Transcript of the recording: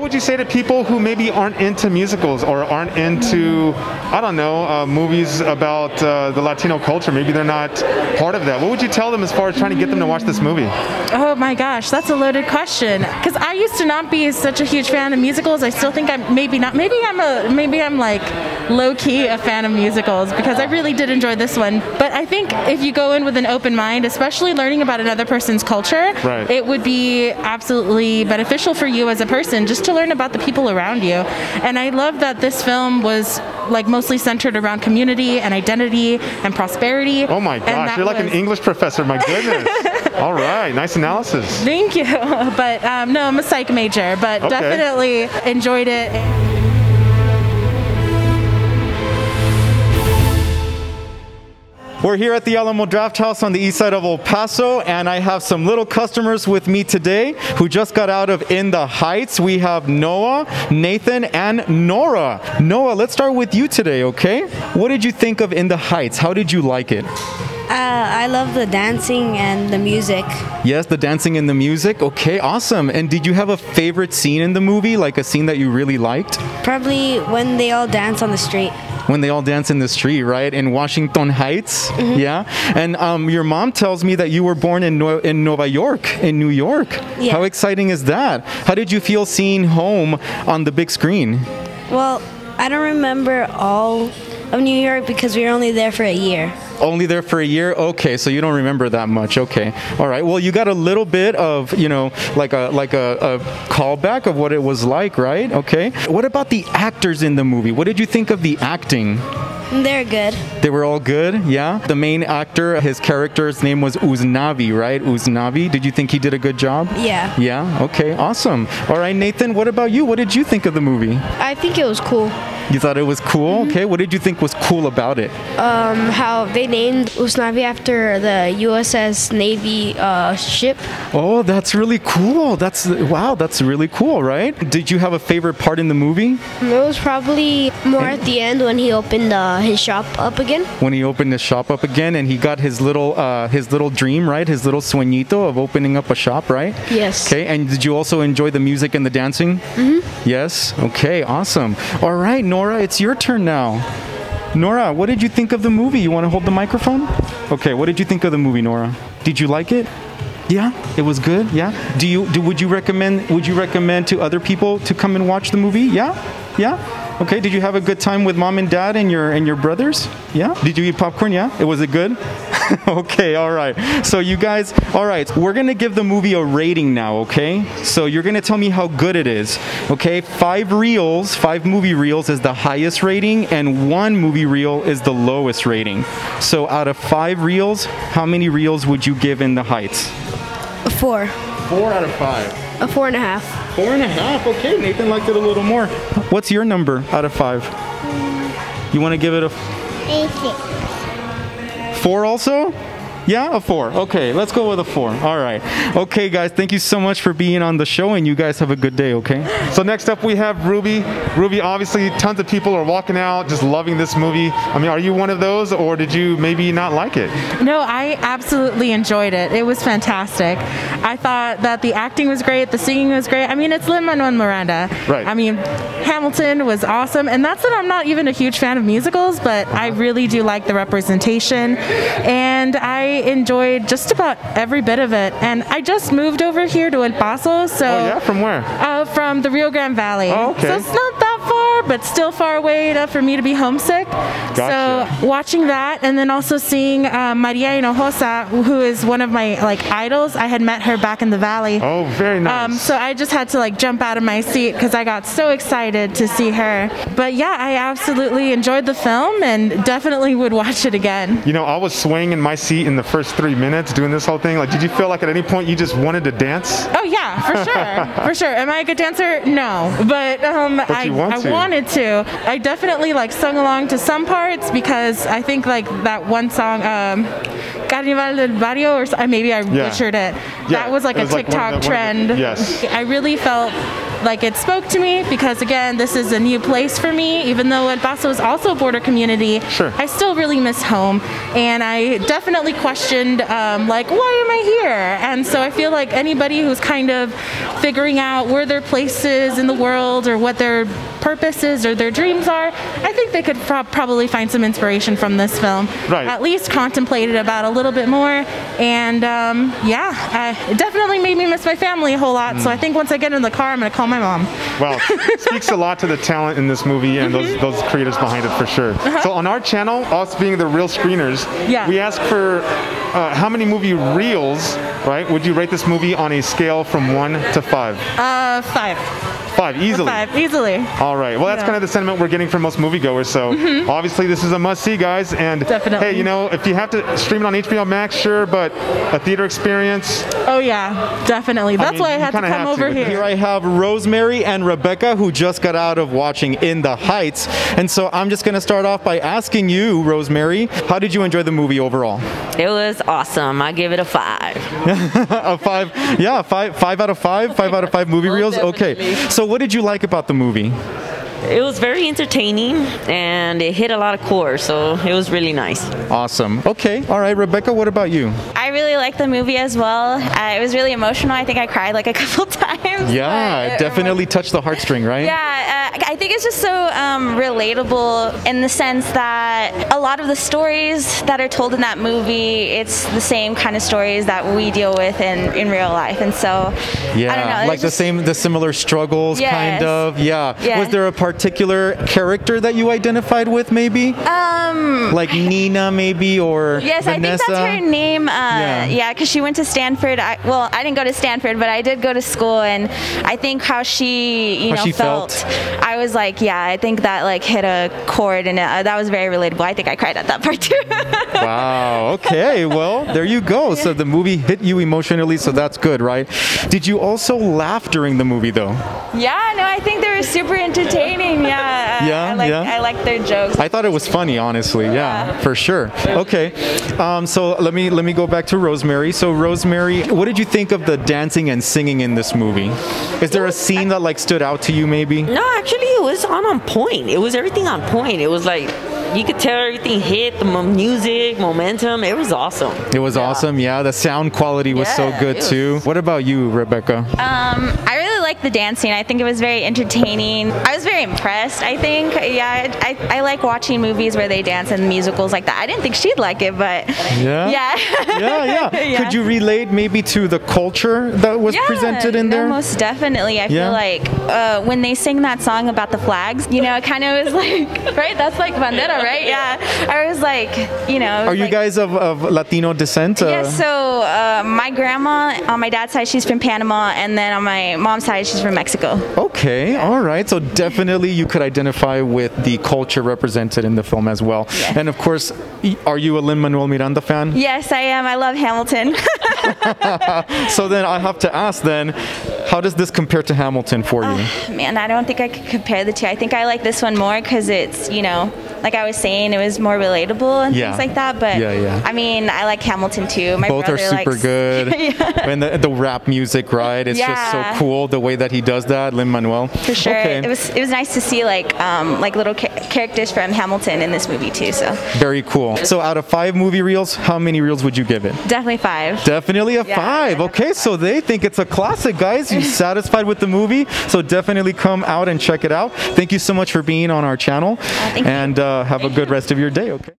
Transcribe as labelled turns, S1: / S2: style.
S1: would you say to people who maybe aren't into musicals or aren't into, I don't know, uh, movies about uh, the Latino culture? Maybe they're not part of that. What would you tell them as far as trying to get them to watch this movie?
S2: Oh my gosh, that's a loaded question. Because I used to not be such a huge fan of musicals. I still think I'm maybe not. Maybe I'm a maybe I'm like low key a fan of musicals because I really did enjoy this one. But I think if you go in with an open mind, especially learning about another person's culture,
S1: Right.
S2: it would be absolutely beneficial for you as a person just to learn about the people around you. And I love that this film was like mostly centered around community and identity and prosperity.
S1: Oh my
S2: And
S1: gosh,
S2: that
S1: you're like an
S2: was-
S1: English professor, my goodness. All right, nice analysis.
S2: Thank you. But um, no, I'm a psych major, but
S1: Okay.
S2: definitely enjoyed it.
S3: We're here at the Alamo Draft House on the east side of El Paso, and I have some little customers with me today who just got out of In the Heights. We have Noah, Nathan, and Nora. Noah, let's start with you today, okay? What did you think of In the Heights? How did you like it?
S4: Uh, I love the dancing and the music.
S3: Yes, the dancing and the music. Okay, awesome. And did you have a favorite scene in the movie, like a scene that you really liked?
S4: Probably when they all dance on the street.
S3: when they all dance in the street, right? In Washington Heights, yeah. And um, your mom tells me that you were born in no- in Nova York, in New York.
S4: Yeah.
S3: How exciting is that? How did you feel seeing home on the big screen?
S4: Well, I don't remember all of New York because we were only there for a year.
S3: Only there for a year. Okay, so you don't remember that much. Okay, all right. Well, you got a little bit of you know like a like a, a callback of what it was like, right? Okay. What about the actors in the movie? What did you think of the acting?
S4: And They're good.
S3: They were all good, yeah. The main actor, his character's name was Uznavi, right? Uznavi. Did you think he did a good job?
S4: Yeah.
S3: Yeah. Okay. Awesome. All right, Nathan. What about you? What did you think of the movie?
S5: I think it was cool
S3: You thought it was cool. Okay. What did you think was cool about it?
S5: um, how they named Usnavi after the USS Navy uh, ship.
S3: Oh, that's really cool. That's wow. That's really cool, right? Did you have a favorite part in the movie
S5: Um, It was probably more at the end when he opened uh, his shop up again.
S3: when he opened his shop up again and he got his little uh, his little dream, right? His little sueñito of opening up a shop, right?
S5: Yes.
S3: Okay, and did you also enjoy the music and the dancing? Mm-hmm. Yes? Okay, awesome. All right, Nora, it's your turn now. Nora, what did you think of the movie? You want to hold the microphone? Okay, what did you think of the movie, Nora? Did you like it? Yeah, it was good. Yeah. Do you do, would you recommend would you recommend to other people to come and watch the movie? Yeah? Yeah? Okay, did you have a good time with mom and dad and your and your brothers? Yeah? Did you eat popcorn? Yeah? It was it good? okay, all right. So you guys, all right, we're going to give the movie a rating now, okay? So you're going to tell me how good it is. Okay? 5 reels, 5 movie reels is the highest rating and 1 movie reel is the lowest rating. So out of 5 reels, how many reels would you give in the heights?
S5: A four.
S3: Four out of five.
S5: A four and a half.
S3: Four and a half. Okay, Nathan liked it a little more. What's your number out of five? You want to give it a f- four also? Yeah, a four. Okay, let's go with a four. All right. Okay, guys, thank you so much for being on the show, and you guys have a good day. Okay.
S1: So next up we have Ruby. Ruby, obviously, tons of people are walking out just loving this movie. I mean, are you one of those, or did you maybe not like it?
S2: No, I absolutely enjoyed it. It was fantastic. I thought that the acting was great, the singing was great. I mean, it's Lin Manuel Miranda.
S1: Right.
S2: I mean, Hamilton was awesome, and that's that I'm not even a huge fan of musicals, but
S1: Uh-huh.
S2: I really do like the representation, and I enjoyed just about every bit of it. And I just moved over here to El Paso, so
S1: Oh yeah, from where?
S2: Uh, from the Rio Grande Valley.
S1: Oh, okay.
S2: So it's not that far, but still far away enough for me to be homesick.
S1: Gotcha.
S2: So watching that, and then also seeing uh, Maria Hinojosa, who is one of my like idols. I had met her back in the valley.
S1: Oh, very nice.
S2: Um, so I just had to like jump out of my seat because I got so excited to see her. But yeah, I absolutely enjoyed the film and definitely would watch it again.
S1: you know, I was swaying in my seat in the first three minutes doing this whole thing. Like, did you feel like at any point you just wanted to dance?
S2: Oh yeah, for sure, for sure. Am I a good dancer? No, but um, I,
S1: you want
S2: I
S1: to.
S2: wanted to. I definitely like sung along to some parts because I think like that one song, um, Carnival del Barrio, or s- uh, maybe I butchered it.
S1: Yeah,
S2: That was like
S1: it
S2: a
S1: was like one of
S2: TikTok
S1: the- one of the-
S2: trend.
S1: yes.
S2: I really felt like it spoke to me because again, this is a new place for me. Even though El Paso is also a border community,
S1: Sure.
S2: I still really miss home, and I definitely questioned um, like why am I here? And so I feel like anybody who's kind of figuring out where their place is in the world or what their purpose is or their dreams are, I think they could prob probably find some inspiration from this film.
S1: Right.
S2: At least contemplate it about a little bit more. And um, yeah, I, it definitely made me miss my family a whole lot.
S1: Mm.
S2: So I think once I get in the car, I'm going to call my mom.
S1: Well, speaks a lot to the talent in this movie and
S2: Mm-hmm.
S1: those, those creators behind it for sure. So on our channel, us being the real screeners,
S2: Uh-huh. Yeah.
S1: we ask for uh, how many movie reels, right? Would you rate this movie on a scale from one to five?
S2: Uh, five.
S1: Five, easily.
S2: Five, easily.
S1: All right. Well, that's
S2: Yeah. Mm-hmm.
S1: kind of the sentiment we're getting from most moviegoers. So obviously, this is a must-see, guys. And
S2: Definitely.
S1: hey, you know, if you have to stream it on HBO Max, sure, but a theater experience.
S2: Oh, yeah, definitely. That's
S1: mean,
S2: why I
S1: you
S2: had to
S1: kinda have
S2: come
S1: to
S2: over
S1: with
S2: here.
S3: Here I have Rosemary and Rebecca, who just got out of watching In the Heights. And so I'm just going to start off by asking you, Rosemary, how did you enjoy the movie overall?
S6: It was awesome. I give it a five.
S3: a Uh, five, yeah, five, five out of five, five out of five movie
S6: Well,
S3: reels. Okay.
S6: definitely.
S3: So what did you like about the movie?
S6: It was very entertaining and it hit a lot of core, so it was really nice.
S3: Awesome. Okay. All right, Rebecca, what about you?
S7: I really liked the movie as well. Uh, it was really emotional. I think I cried like a couple times.
S3: Yeah,
S7: but- uh,
S3: it definitely touched the heartstring, right?
S7: Yeah, uh, I think it's just so um, relatable in the sense that a lot of the stories that are told in that movie, it's the same kind of stories that we deal with in, in real life. And so,
S3: Yeah,
S7: I don't know. it
S3: like
S7: was
S3: the
S7: just-
S3: same, the similar struggles, kind
S7: Yes.
S3: of. Yeah.
S7: Yeah.
S3: Was there a particular character that you identified with, maybe?
S7: Um,
S3: like Nina, maybe, or
S7: Yes,
S3: Vanessa?
S7: I think that's her name. Uh,
S3: Yeah.
S7: yeah, because she went to Stanford. I, well, I didn't go to Stanford, but I did go to school, and I think how she, you
S3: How
S7: know,
S3: she felt.
S7: felt, I was like, yeah, I think that like hit a chord, and uh, that was very relatable. I think I cried at that part too.
S3: Wow. Oh, Okay. Well, there you go. So the movie hit you emotionally, so that's good, right? Did you also laugh during the movie, though?
S7: yeah, no, I think they were super entertaining. Yeah, uh,
S3: Yeah,
S7: I like
S3: yeah.
S7: I like their jokes.
S3: I thought it was funny, honestly. Yeah,
S7: Yeah.
S3: for sure. Okay. Um, so let me let me go back to Rosemary. So Rosemary, what did you think of the dancing and singing in this movie? Is there a scene that like stood out to you, maybe?
S6: No, actually, it was on on point. It was everything on point. It was like you could tell everything hit the mo- music, momentum. It was awesome.
S3: It was awesome. Yeah, the sound quality was so
S6: Yeah,
S3: good
S6: it was-
S3: too. What about you, Rebecca?
S7: Um, I really liked the dancing. I think it was very entertaining. I was very impressed. I think, yeah, I, I, I like watching movies where they dance and musicals like that. I didn't think she'd like it, but
S3: Yeah?
S7: yeah.
S3: yeah, yeah,
S7: Yeah.
S3: Could you relate maybe to the culture that was
S7: Yeah,
S3: presented in
S7: no,
S3: there?
S7: most definitely. I
S3: Yeah.
S7: feel like uh, when they sing that song about the flags, you know, it kind of was like, right? That's like bandera, right? Yeah. I was like, you know. it was
S3: Are you
S7: like-
S3: guys of, of Latino descent?
S7: Yeah,
S3: Uh,
S7: so uh, my grandma on my dad's side, she's from Panama, and then on my mom's side, she's from Mexico.
S3: Okay, all right. So definitely you could identify with the culture represented in the film as well. And of course, y- are you a Lin Manuel Miranda fan?
S7: Yes, I am. I love Hamilton.
S3: So then I have to ask then, how does this compare to Hamilton for you?
S7: Man, I don't think I could compare the two. I think I like this one more because it's, you know, like I was saying, it was more relatable and
S3: Yeah.
S7: things like that. But
S3: Yeah, yeah.
S7: I mean, I like Hamilton too. My
S3: Both are
S7: brother
S3: super
S7: likes-
S3: good.
S7: yeah.
S3: And the, the rap music, right? It's just
S7: Yeah.
S3: so cool the way that he does that, Lin Manuel.
S7: For sure, it was it was nice to see like um, like little ca- characters from Hamilton in this movie too. So
S3: Very cool. So out of five movie reels, how many reels would you give it?
S7: definitely five.
S3: Definitely a
S7: Yeah,
S3: five.
S7: yeah.
S3: Okay, so they think it's a classic, guys. You satisfied with the movie? So definitely come out and check it out. Thank you so much for being on our channel,
S7: thank you.
S3: and uh, have a good rest of your day. Okay.